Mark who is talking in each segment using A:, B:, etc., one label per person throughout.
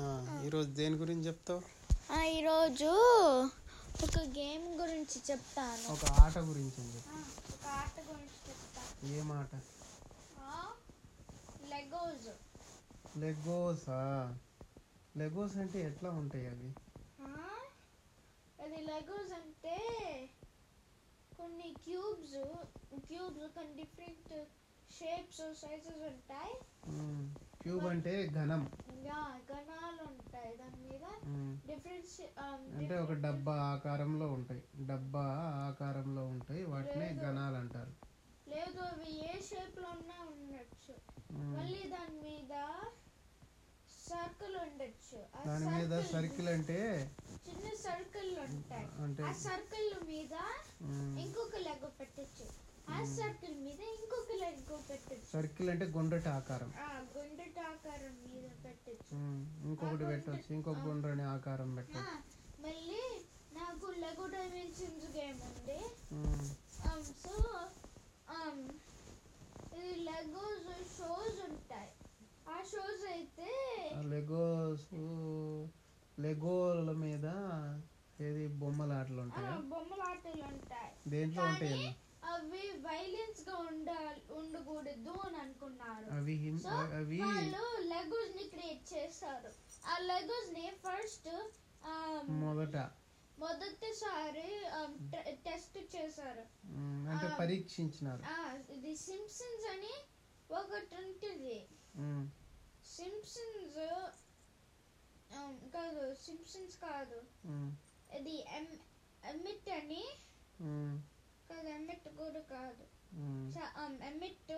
A: ఆ, ఈరోజు దేని గురించి చెప్తావు
B: ఆ, ఈరోజు ఒక గేమ్ గురించి చెప్తాను
A: ఒక ఆట గురించి అని చెప్పు.
B: ఒక ఆట గురించి చెప్తాను
A: ఏం ఆట
B: లెగోజ్
A: లెగోసా లెగోస్ అంటే ఎట్లా ఉంటాయి అవి
B: అది లెగోజ్ అంటే కొన్ని క్యూబ్స్ క్యూబ్స్ కొన్ని డిఫరెంట్ షేప్స్ సైజెస్ ఉంటాయి
A: మ్మ్. క్యూబ్ అంటే ఘనం
B: ఇంకా గణాలు ఉంటాయి దాని మీద um,
A: మ్మ్.
B: డిఫరెంట్
A: అంటే ఒక డబ్బా ఆకారంలో ఉంటాయి డబ్బా ఆకారంలో ఉంటాయి వాటిని
B: లేదు.
A: ఘనాలు అంటారు
B: లేదు అవి ఏ షేప్ లో ఉన్నా ఉండొచ్చు
A: మ్మ్.
B: మళ్ళీ దాని మీద సర్కిల్ ఉండొచ్చు ఆ
A: దాని మీద
B: circle-
A: సర్కిల్ అంటే
B: చిన్న సర్కిల్ ఉంటాయి
A: అంటే
B: ఆ సర్కిల్ మీద
A: మ్మ్.
B: ఇంకొక లెగ్ పెట్టచ్చు ఆ సర్కిల్ మీద ఇంకొక లెగ్ పెట్టచ్చు
A: సర్కిల్ అంటే గుండ్రటి ఆకారం
B: ఆ గుండెట ఆకారం మీద పెట్టచ్చు
A: మ్మ్. ఇంకొకటి పెట్టవచ్చు ఇంకొక గుండ్రని ఆకారం పెట్టవచ్చు
B: మళ్ళీ నాకు లెగో డైమెన్షన్స్ గేమ్ ఉంది
A: మ్మ్.
B: సో ఇది లెగోస్ షోస్ ఉంటాయి ఆ షోస్ అయితే
A: ఆ లెగోస్ లెగోల మీద ఏది బొమ్మల ఆటలు
B: ఆ,
A: ఉంటాయి
B: బొమ్మల ఆటలు ఉంటాయి
A: దేంట్లో
B: కానీ
A: ఉంటాయండి
B: అవి వైలెన్స్ గా ఉండాలి ఉండకూడదు అని అనుకున్నారు
A: అవి హిం-
B: సో
A: అవి
B: వాళ్ళు లెగోస్ ని క్రియేట్ చేస్తారు ఆ లెగోస్ ని ఫస్ట్
A: మొదట
B: మొదటిసారి టెస్ట్ చేశారు
A: మ్, అంటే
B: ఆ.
A: పరీక్షించినారు
B: ఆ, ఇది సింప్సన్స్ అని ఒకటి ఉంటుంది
A: మ్,
B: సింప్సన్స్ uh, um, కాదు సింప్సన్స్ కాదు
A: మ్,
B: ఇది ఎమ్ ఎమిట్ అని
A: మ్,
B: కాదు ఎమిట్ కూడా కాదు
A: మ్,
B: ఎమిట్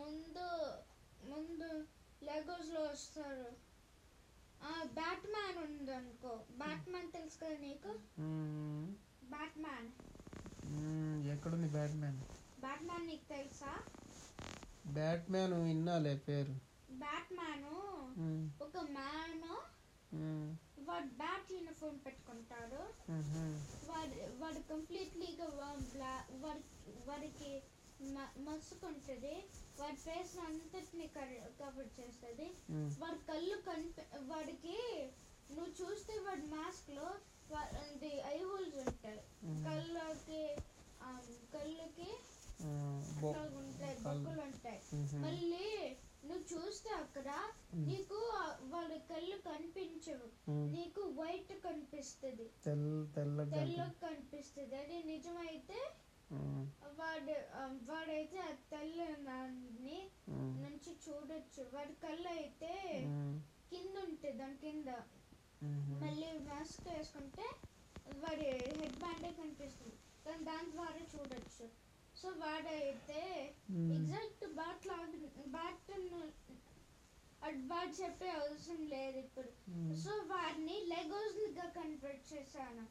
B: ముందు ముందు లెగోస్ లో వస్తారు బ్యాట్ మ్యాన్ ఉంది అనుకో బ్యాట్ మ్యాన్ తెలుసు కదా నీకు
A: మ్,
B: బ్యాట్ మ్యాన్
A: మ్, ఎక్కడుంది బ్యాట్మ్యాన్
B: బ్యాట్ మ్యాన్ నీకు తెలుసా
A: బ్యాట్మ్యాన్ విన్నాలే పేరు
B: బ్యాట్ మ్యాన్
A: మ్,
B: ఒక మ్యాన్
A: మ్,
B: వాడు బ్యాట్ యూనిఫామ్ పెట్టుకుంటాడు
A: మ్హూ.
B: వాడు వాడు కంప్లీట్లీగా వాడి వాడికి మ- మసుకుంటుంది వాడి ఫేస్ అంతటిని కవర్ చేస్తుంది
A: మ్,
B: వాడి కళ్ళు కనిపి వాడికి నువ్వు చూస్తే వాడి మాస్క్ లో ఐ హోల్స్ ఉంటాయి
A: మ్,
B: కళ్ళకి ఆ, కళ్ళుకి
A: ఆ, బొ-
B: అట్లా ఉంటాయి
A: కళ్ళు.
B: బొక్కులు ఉంటాయి
A: మ్హూ.
B: మళ్ళీ నువ్వు చూస్తే అక్కడ నీకు ఆ- వాడి కళ్ళు కనిపించవు
A: మ్,
B: నీకు వైట్ కనిపిస్తుంది
A: తెల్ల తెల్లగా
B: తెల్ల కనిపిస్తుంది అది నిజమైతే
A: మ్,
B: వాడు ఆ, వాడైతే ఆ తెల్లని
A: మ్,
B: నుంచి చూడొచ్చు వాడి కళ్ళు అయితే
A: మ్,
B: కింద ఉంటుంది దాని కింద
A: మ్హూ.
B: మళ్ళీ మాస్క్ వేసుకుంటే వాడి హెడ్ బ్యాండే కనిపిస్తుంది కానీ దాని ద్వారా చూడొచ్చు సో వాడైతే
A: మ్.
B: ఎగ్జాక్ట్ బ్యాట్ లాగ్ బ్యాట్ బ్యాట్ చెప్పే అవసరం లేదు ఇప్పుడు
A: మ్.
B: సో వాడిని లెగోస్ గా కన్వర్ట్ చేశాను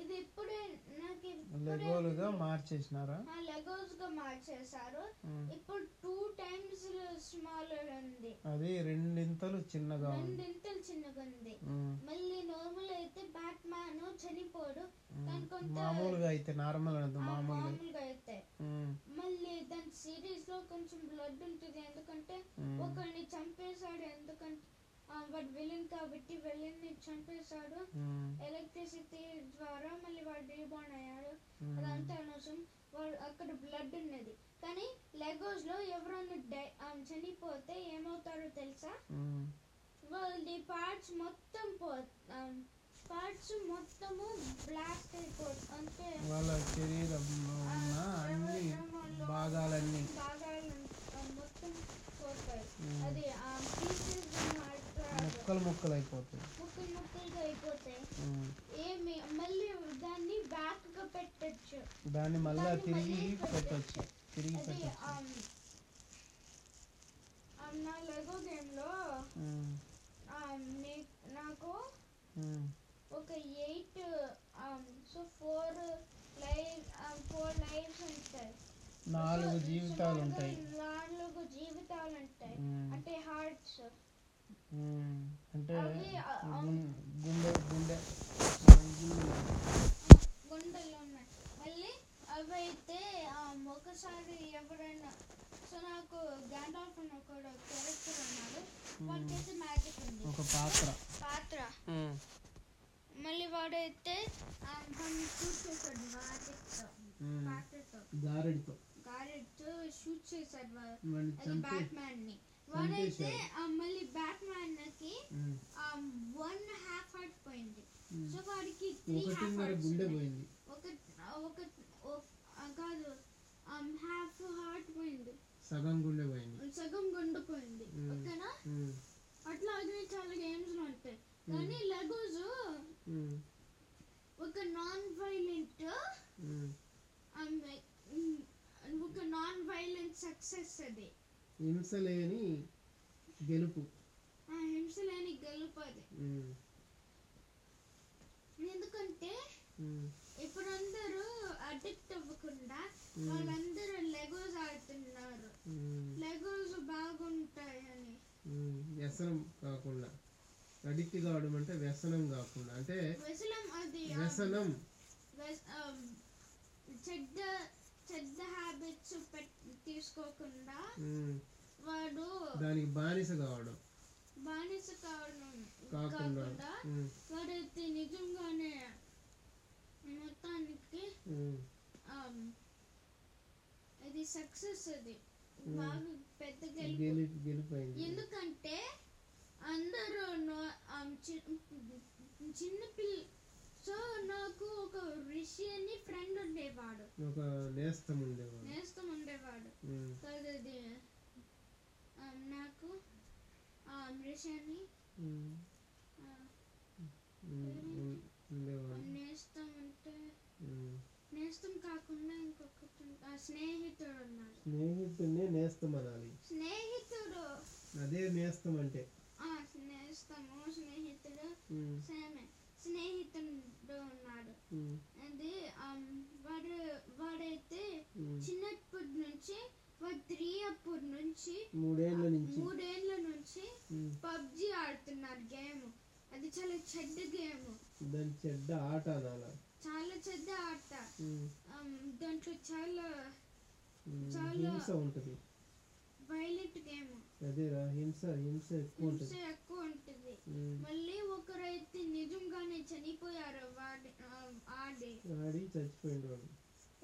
B: ఇది ఇప్పుడే నాకు ఇప్పుడే
A: లెగోలుగా మార్చేసినారా
B: ఆ లెగోస్ గా మార్చేశారు
A: మ్.
B: ఇప్పుడు టూ టైమ్స్ స్మాల్ ఉంది
A: అది రెండింతలు చిన్నగా ఉంది
B: రెండింతలు చిన్నగా ఉంది
A: మ్.
B: మళ్ళీ నార్మల్ అయితే బ్యాట్ మ్యాన్ చనిపోడు కానీ కొంత
A: మామూలుగా అయితే నార్మల్ అనదు
B: ఆ,
A: మామూలుగా
B: మామూలుగా అయితే
A: ఉమ్,
B: మళ్ళీ దాని సిరీస్ లో కొంచెం బ్లడ్ ఉంటుంది ఎందుకంటే
A: ఉమ్,
B: ఒకరిని చంపేశాడు ఎందుకంటే ఆ, వాడు విలన్ కాబట్టి విలన్ ని చంపేశాడు
A: ఉమ్,
B: ఎలక్ట్రిసిటీ ద్వారా మళ్ళీ వాడు రీబోర్న్ అయ్యాడు
A: ఉమ్,
B: అదంతా అనవసరం వాడు అక్కడ బ్లడ్ ఉన్నది కానీ లెగోస్ లో ఎవరైనా డై- ఆ, చనిపోతే ఏమవుతారో తెలుసా
A: ఉమ్,
B: వాళ్ళది పార్ట్స్ మొత్తం పో పార్ట్స్ మొత్తము బ్లాస్ట్ అయిపోతుంది అంటే um,
A: వాళ్ళ శరీరంలో ఉన్న అన్ని భాగాలన్నీ
B: భాగాలు ఆ, మొత్తం పోతాయి
A: ఉమ్,
B: అది ఆ పీసెస్
A: ముక్కలు ముక్కలు అయిపోతాయి
B: ముక్కలు ముక్కలుగా అయిపోతాయి
A: ఉమ్,
B: ఏమి మళ్ళీ దాన్ని బ్యాక్ గా పెట్టచ్చు
A: దాన్ని మళ్ళా
B: దాన్ని
A: తిరిగి
B: మళ్ళీ
A: పెట్టొచ్చు తిరిగి
B: అది
A: పెట్టచ్చు
B: ఆమ్, ఆమ్, నా లెగో గేమ్ లో
A: ఉమ్,
B: ఆమ్, నే- నాకు
A: ఉమ్,
B: ఒక eight um, so four life four lives um, ఉంటాయి
A: నాలుగు
B: So,
A: జీవితాలు
B: సుమారుగా
A: ఉంటాయి
B: నాలుగు జీవితాలు ఉంటాయి
A: ఉమ్,
B: అంటే హార్ట్స్
A: ఉమ్, అంటే
B: అవి ఆ- ఆ-
A: గుం- గుండె గుండె
B: గుండెలు ఉన్నాయి మళ్ళీ అవైతే um, ఆమ్, ఒకసారి ఎవరైనా సో నాకు గ్యాండాల్ఫ్ అని ఒక క్యారెక్టర్ ఉన్నాడు వాడు చేసే మ్యాజిక్ ఉంది
A: ఒక పాత్ర
B: పాత్ర మళ్ళీ వాడైతే షూట్ చేశాడు మ్యాజిక్
A: మ్మ్.
B: పాత్రతో
A: జారెడితో
B: గారెట్తో షూట్ చేశాడు వాడు
A: వాడిని
B: అది
A: చంపి
B: బ్యాట్ మ్యాన్ ని వాడైతే
A: చంపేశాడు.
B: ఆ, మళ్ళీ బ్యాట్ మ్యాన్ కి
A: మ్మ్.
B: వన్ హాఫ్ హార్ట్ పోయింది
A: మ్మ్.
B: సో వాడికి త్రీ హాఫ్
A: ఒకటిన్నర
B: హార్ట్స్
A: గుండె
B: ఉన్నాయి.
A: పోయింది
B: ఒక ఒక ఒక- ఆ, కాదు హాఫ్ హార్ట్ పోయింది
A: సగం గుండె పోయింది
B: సగం గుండు పోయింది
A: మ్మ్.
B: ఓకేనా
A: మ్మ్.
B: అట్లాగే చాలా గేమ్స్ ఉంటాయి కానీ లెగోస్
A: మ్మ్.
B: ఒక నాన్ వైలెంట్
A: మ్మ్.
B: ఒక నాన్ వైలెంట్ సక్సెస్ అది
A: హింస లేని గెలుపు
B: ఆ హింస లేని గెలుపది
A: మ్మ్.
B: ఎందుకంటే
A: మ్మ్.
B: ఇప్పుడు అందరూ అడిక్ట్ అవ్వకుండా
A: మ్మ్.
B: వాళ్ళందరూ లెగోస్ ఆడుతున్నారు
A: మ్మ్.
B: లెగోస్ బాగుంటాయని
A: మ్మ్. వ్యసనం కాకుండా అడిక్ట్ కావడం అంటే వ్యసనం కాకుండా అంటే
B: వ్యసనం అది ఆ,
A: వ్యసనం
B: వ్యస్- ఆ, చెడ్డ చెడ్డ హ్యాబిట్స్ తీసుకోకుండా
A: మ్మ్.
B: వాడు
A: దానికి బానిస కావడం
B: బానిస కావడం
A: కాకుండా
B: కాకుండా
A: మ్మ్.
B: వాడైతే నిజంగానే మొత్తానికి
A: మ్మ్.
B: ఆమ్, ఇది సక్సెస్ అది బాగా పెద్ద గెలుపు
A: గెలుపు గెలుపు అయింది
B: ఎందుకంటే అందరూ నా- ఆమ్, చి- చిన్న పిల్ల సో నాకు ఒక రిషి అని ఫ్రెండ్ ఉండేవాడు
A: ఒక నేస్తం ఉండేవాడు
B: నేస్తం ఉండేవాడు
A: మ్మ్.
B: కాదు అది ఆమ్, నాకు ఆమ్, రిషి అని
A: మ్మ్.
B: ఆ,
A: మ్మ్. ఉం- ఉండేవాడు
B: నేస్తం అంటే
A: మ్మ్.
B: నేస్తం కాకుండా ఇంకొకటి ఉంది. ఆ, స్నేహితుడు ఉన్నాడు
A: స్నేహితుడిని నేస్తం అనాలి
B: స్నేహితుడు
A: అదే నేస్తం అంటే
B: ఆ స్నేహితము స్నేహితుడు
A: మ్మ్.
B: సేమే స్నేహితుడు ఉన్నాడు
A: మ్మ్.
B: అది ఆమ్, వాడు వాడైతే
A: మ్మ్.
B: చిన్నప్పటి నుంచి వాడు త్రీ అప్పటి నుంచి
A: మూడేళ్ల నుంచి
B: మూడేళ్ల నుంచి
A: మ్మ్.
B: పబ్జి ఆడుతున్నారు గేమ్ అది చాలా చెడ్డ గేమ్
A: దాని చెడ్డ ఆట అనాలా
B: చాలా చెడ్డ ఆట
A: మ్మ్.
B: ఆమ్, దాంట్లో చాలా
A: మ్మ్.
B: చాలా-
A: హింస ఉంటుంది
B: వైలెంట్ గేమ్
A: అదేరా హింస హింస ఎక్కువ
B: హింస
A: ఉంటుంది
B: ఎక్కువ ఉంటుంది
A: మ్మ్.
B: మళ్ళీ ఒకరైతే నిజంగానే చనిపోయారు వాడి ఆ, ఆడి
A: ఆడి చచ్చిపోయిండు వాడు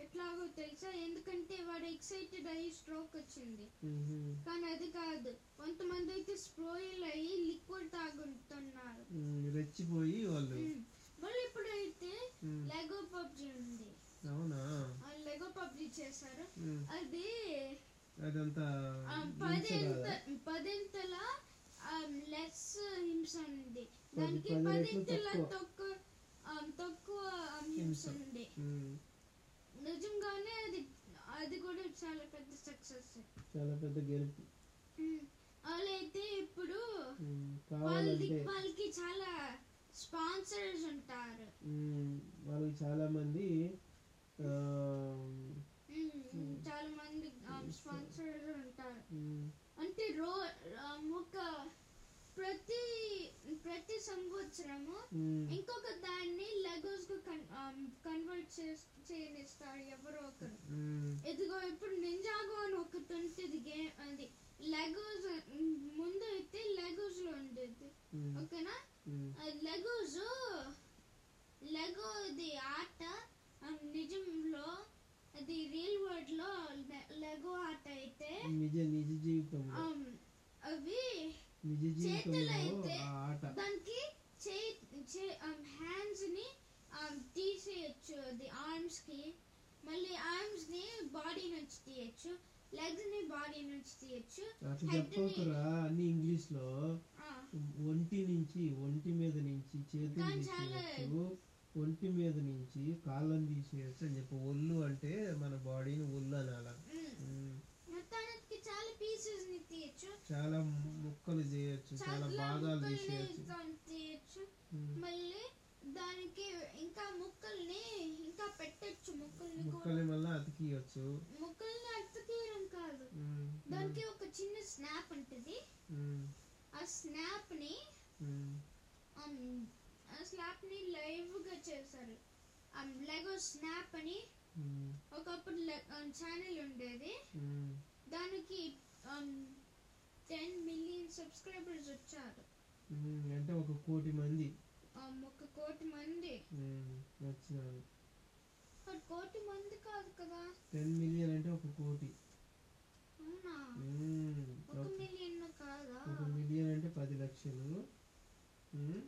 B: ఎట్లాగో తెలుసా ఎందుకంటే వాడు ఎక్సైటెడ్ అయ్యి స్ట్రోక్ వచ్చింది
A: మ్మ్.
B: కానీ అది కాదు కొంతమంది అయితే స్ప్రోయిల్ అయ్యి లిక్విడ్ తాగుతున్నారు
A: మ్మ్. రెచ్చిపోయి వాళ్ళు
B: ఉమ్. మళ్ళీ ఇప్పుడైతే
A: మ్మ్.
B: లెగో పబ్జి ఉంది
A: అవునా
B: ఆ లెగో పబ్జి చేశారు
A: మ్మ్.
B: అది
A: అదంతా
B: ఆ,
A: హింస
B: పదింత
A: కాదా
B: పదింతల లెస్ హింస ఉంది
A: పది-
B: దానికి
A: పది రెట్లు
B: పదింతల
A: తక్కువ.
B: తక్కువ ఆ, తక్కువ ఆ, హింస
A: హింస.
B: ఉంది
A: మ్మ్.
B: నిజంగానే అది అది కూడా చాలా పెద్ద సక్సెస్
A: చాలా పెద్ద గెలుపు
B: వాళ్ళైతే ఇప్పుడు
A: మ్మ్.
B: వాళ్ళది
A: కావాలంటే
B: వాళ్ళకి చాలా స్పాన్సర్స్ ఉంటారు
A: మ్మ్. వాళ్ళు చాలా మంది ఆ,
B: ఉమ్, చాలా మంది స్పాన్సర్స్ ఉంటారు
A: మ్మ్.
B: అంటే రో ఆ, ఒక ప్రతి ప్రతి సంవత్సరము
A: మ్మ్.
B: ఇంకొక దాన్ని లెగోస్ కు కన్వర్ట్ చేయనిస్తారు ఎవరో ఒకరు
A: మ్మ్.
B: ఇదిగో ఇప్పుడు నింజాగో అని ఒకటి ఉంటుంది గేమ్ అది లెగోస్ ముందు అయితే లెగోస్ లో ఉండేది
A: మ్మ్.
B: ఓకేనా
A: మ్మ్.
B: లెగోస్ లెగో ఇది ఆట ఆ, నిజంలో అది రియల్ వరల్డ్ లో లె- లెగో ఆట అయితే
A: నిజ నిజ జీవితంలో
B: ఆమ్, అవి
A: నిజ జీవితంలో
B: చేతులైతే
A: ఆ ఆట
B: దానికి um, హ్యాండ్స్ ని ఆమ్, తీసేయొచ్చు అది ఆర్మ్స్ కి మళ్ళీ ఆర్మ్స్ ని బాడీ నుంచి తీయొచ్చు లెగ్స్ ని బాడీ నుంచి తీయొచ్చు
A: అట్లా
B: head ని-
A: చెప్పకురా అన్ని ఇంగ్లీష్ లో
B: ఆ,
A: ఒంటి నుంచి ఒంటి మీద నుంచి చేతులు
B: కానీ చాలా-
A: తీసేయచ్చు ఒంటి మీద నుంచి కాళ్ళని తీసేయచ్చు అని చెప్పి ఒళ్ళు అంటే మన బాడీని ఒళ్ళు అనాల
B: ఉమ్.
A: మ్మ్.
B: మొత్తానికి చాలా పీసెస్ ని తీయొచ్చు
A: చాలా ముక్కలు చేయొచ్చు చాలా
B: చాలా
A: భాగాలు
B: ముక్కల్ని
A: తీసేయచ్చు
B: దాన్ని తీయొచ్చు
A: మ్మ్.
B: మళ్ళీ దానికి ఇంకా ముక్కల్ని ఇంకా పెట్టొచ్చు ముక్కల్ని కూడా
A: ముక్కలు మళ్ళీ అతికియచ్చు
B: ముక్కల్ని అతికేయడం కాదు దానికి ఒక చిన్న స్నాప్ ఉంటుంది ఆ స్నాప్ ని ఆమ్, ఆ స్నాప్ ని లైవ్ గా చేశారు లెగో స్నాప్ అని ఒకప్పుడు ఛానల్ ఉండేది దానికి ఆమ్, టెన్ మిలియన్ సబ్స్క్రైబర్స్ వచ్చారు
A: ఉమ్, అంటే ఒక కోటి మంది
B: Um, ఒక కోటి మంది
A: ఉమ్, వచ్చినారు
B: ఒక కోటి మంది కాదు కదా
A: టెన్ మిలియన్ అంటే ఒక కోటి
B: అవునా
A: ఉమ్,
B: ఒక
A: ఒక-
B: మిలియన్ కాదా
A: ఒక మిలియన్ అంటే పది లక్షలు ఉమ్,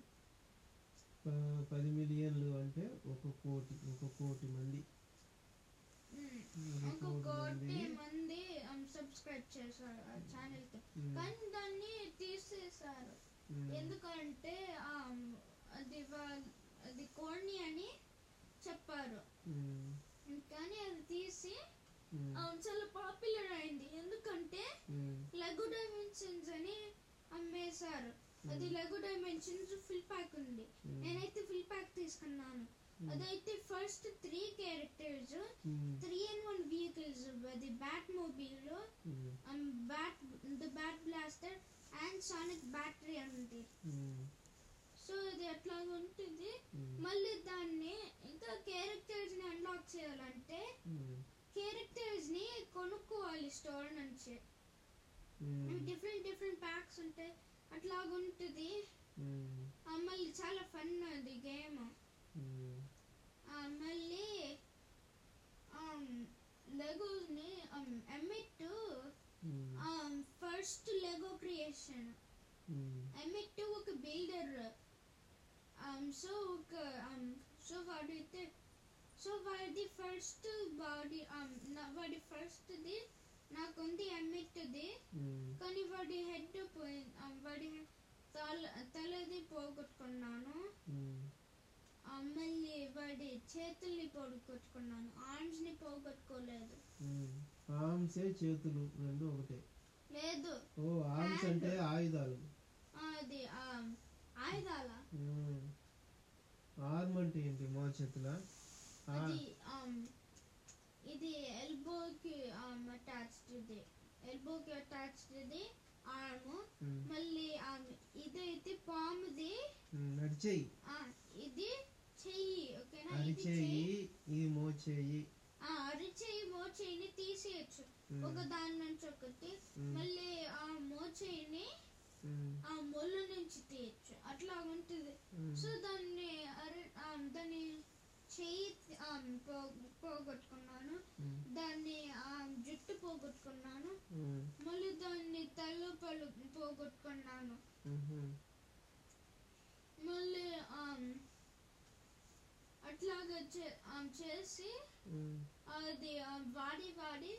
A: ప- పది మిలియన్లు అంటే ఒక కోటి ఒక కోటి మంది
B: Mm.
A: ఒక
B: ఒక
A: కోటి
B: కోటి
A: మంది
B: మంది సబ్స్క్రైబ్ చేశారు ఆ ఛానల్ కి
A: ఉమ్,
B: కానీ దాన్ని తీసేశారు
A: ఉమ్,
B: ఎందుకంటే um, అది వా- అది కోణి అని చెప్పారు
A: ఉమ్,
B: కానీ అది తీసి
A: ఉమ్,
B: um, చాలా పాపులర్ అయింది ఎందుకంటే
A: ఉమ్,
B: లఘు డైమెన్షన్స్ అని అమ్మేశారు అది లఘు డైమెన్షన్స్ ఫుల్ ప్యాక్ ఉంది
A: ఉమ్,
B: నేనైతే ఫుల్ ప్యాక్ తీసుకున్నాను
A: ఉమ్,
B: అదైతే first three characters
A: um,
B: three and one vehicles అది Batmobile
A: um,
B: bat the bat blaster and Sonic battery ఉంది
A: ఉమ్,
B: సో ఇది అట్లా ఉంటుంది
A: ఉమ్,
B: మళ్ళీ దాన్ని ఇంకా క్యారెక్టర్స్ ని అన్లాక్ చేయాలంటే
A: ఉమ్,
B: క్యారెక్టర్స్ ని కొనుక్కోవాలి స్టోర్ నుంచి
A: ఉమ్,
B: డిఫరెంట్ డిఫరెంట్ ప్యాక్స్ ఉంటాయి అట్లాగుంటుంది
A: ఉమ్,
B: ఆ, మళ్ళీ చాలా ఫన్ అది గేమ్
A: ఉమ్.
B: మళ్ళీ లెగోని Emmet
A: um,
B: Um, first Lego creation
A: um,
B: Emmet ఒక Um, బిల్డర్ సో ఒక సో వాడైతే సో వాడి ఫస్ట్ బాడీ వాడి ఫస్ట్ది నాకుంది ఎమ్మిట్ది
A: ఉమ్,
B: కానీ వాడి హెడ్ పోయింది వాడి తల తలది పోగొట్టుకున్నాను
A: ఉమ్,
B: మళ్ళీ వాడి చేతుల్ని పోగొట్టుకున్నాను ఆర్మ్స్ ని పోగొట్టుకోలేదు
A: ఉమ్. ఆర్మ్సే చేతులు రెండు ఒకటే
B: లేదు
A: ఓ ఆర్మ్స్ అంటే ఆయుధాలు
B: అది ఆ, ఆయుధాల
A: ఉమ్. ఆర్మ్ అంటే ఏంటి మా చేతుల
B: అది ఆమ్, ఇది ఎల్బోకి అటాచ్డ్ ఇది ఎల్బోకి అటాచ్డ్ ఇది ఆర్మ్ మళ్ళీ ఆమ్, ఇదైతే పాముది
A: నడిచేయి
B: ఆ, ఇది చెయ్యి ఓకేనా ఇది
A: అరిచేయి
B: చెయ్యి
A: ఇది మోచేయి
B: ఆ, అరిచేయి మోచేయిని తీసేయచ్చు ఒక దాని నుంచి ఒకటి మళ్ళీ ఆ మోచేయిని ఆ ముళ్ళు నుంచి తీయచ్చు అట్లా ఉంటుంది సో దాన్ని అర- ఆ, దాన్ని చెయ్యి తి- ఆ, పో- పోగొట్టుకున్నాను దాన్ని ఆ, జుట్టు పోగొట్టుకున్నాను మళ్ళీ దాన్ని తల పలు పోగొట్టుకున్నాను మళ్ళీ ఆ, అట్లాగా చే- ఆ, చేసి అది ఆ, వాడి వాడి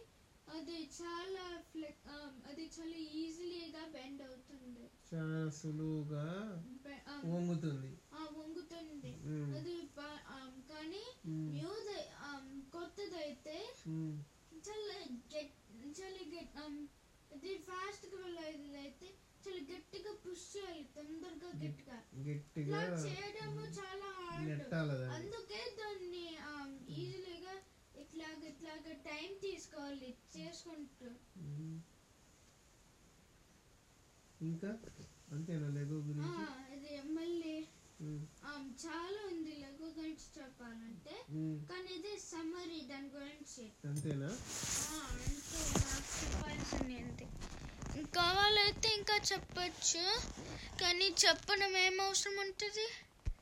B: అది చాలా ఫ్లెక్ ఆ, అది చాలా ఈజీలీగా బెండ్ అవుతుంది
A: చాలా సులువుగా
B: బె- ఆ,
A: వంగుతుంది
B: ఆ, వంగుతుంది
A: ఉమ్,
B: అది ప- ఆ, కానీ
A: ఉమ్,
B: న్యూది ఆ, కొత్తదైతే
A: ఉమ్,
B: చాలా గట్ చాలా గట్ ఆ, um, ఇది fast గా వెళ్ళేది అయితే చాలా గట్టిగా పుష్ చేయాలి తొందరగా గట్టిగా
A: గట్టిగా
B: ఇలా చేయడము చాలా హార్డ్
A: నెట్టాలి దాన్ని
B: అందుకే దాన్ని ఈజీలీగా ఇట్లాగ ఇట్లాగ టైం తీసుకోవాలి చేసుకుంటూ
A: ఉమ్. ఇంకా అంతేనా లెగో
B: ఆ,
A: గురించి
B: ఇది మళ్ళీ
A: ఉమ్,
B: ఆ, చాలా ఉంది లఘు గురించి చెప్పాలంటే
A: ఉమ్,
B: కానీ ఇది సమ్మరీ దాని గురించి
A: అంతేనా
B: ఆ, అంతే నాకు చెప్పాల్సింది అంతే కావాలైతే ఇంకా చెప్పచ్చు కానీ చెప్పడం ఏం అవసరం ఉంటుంది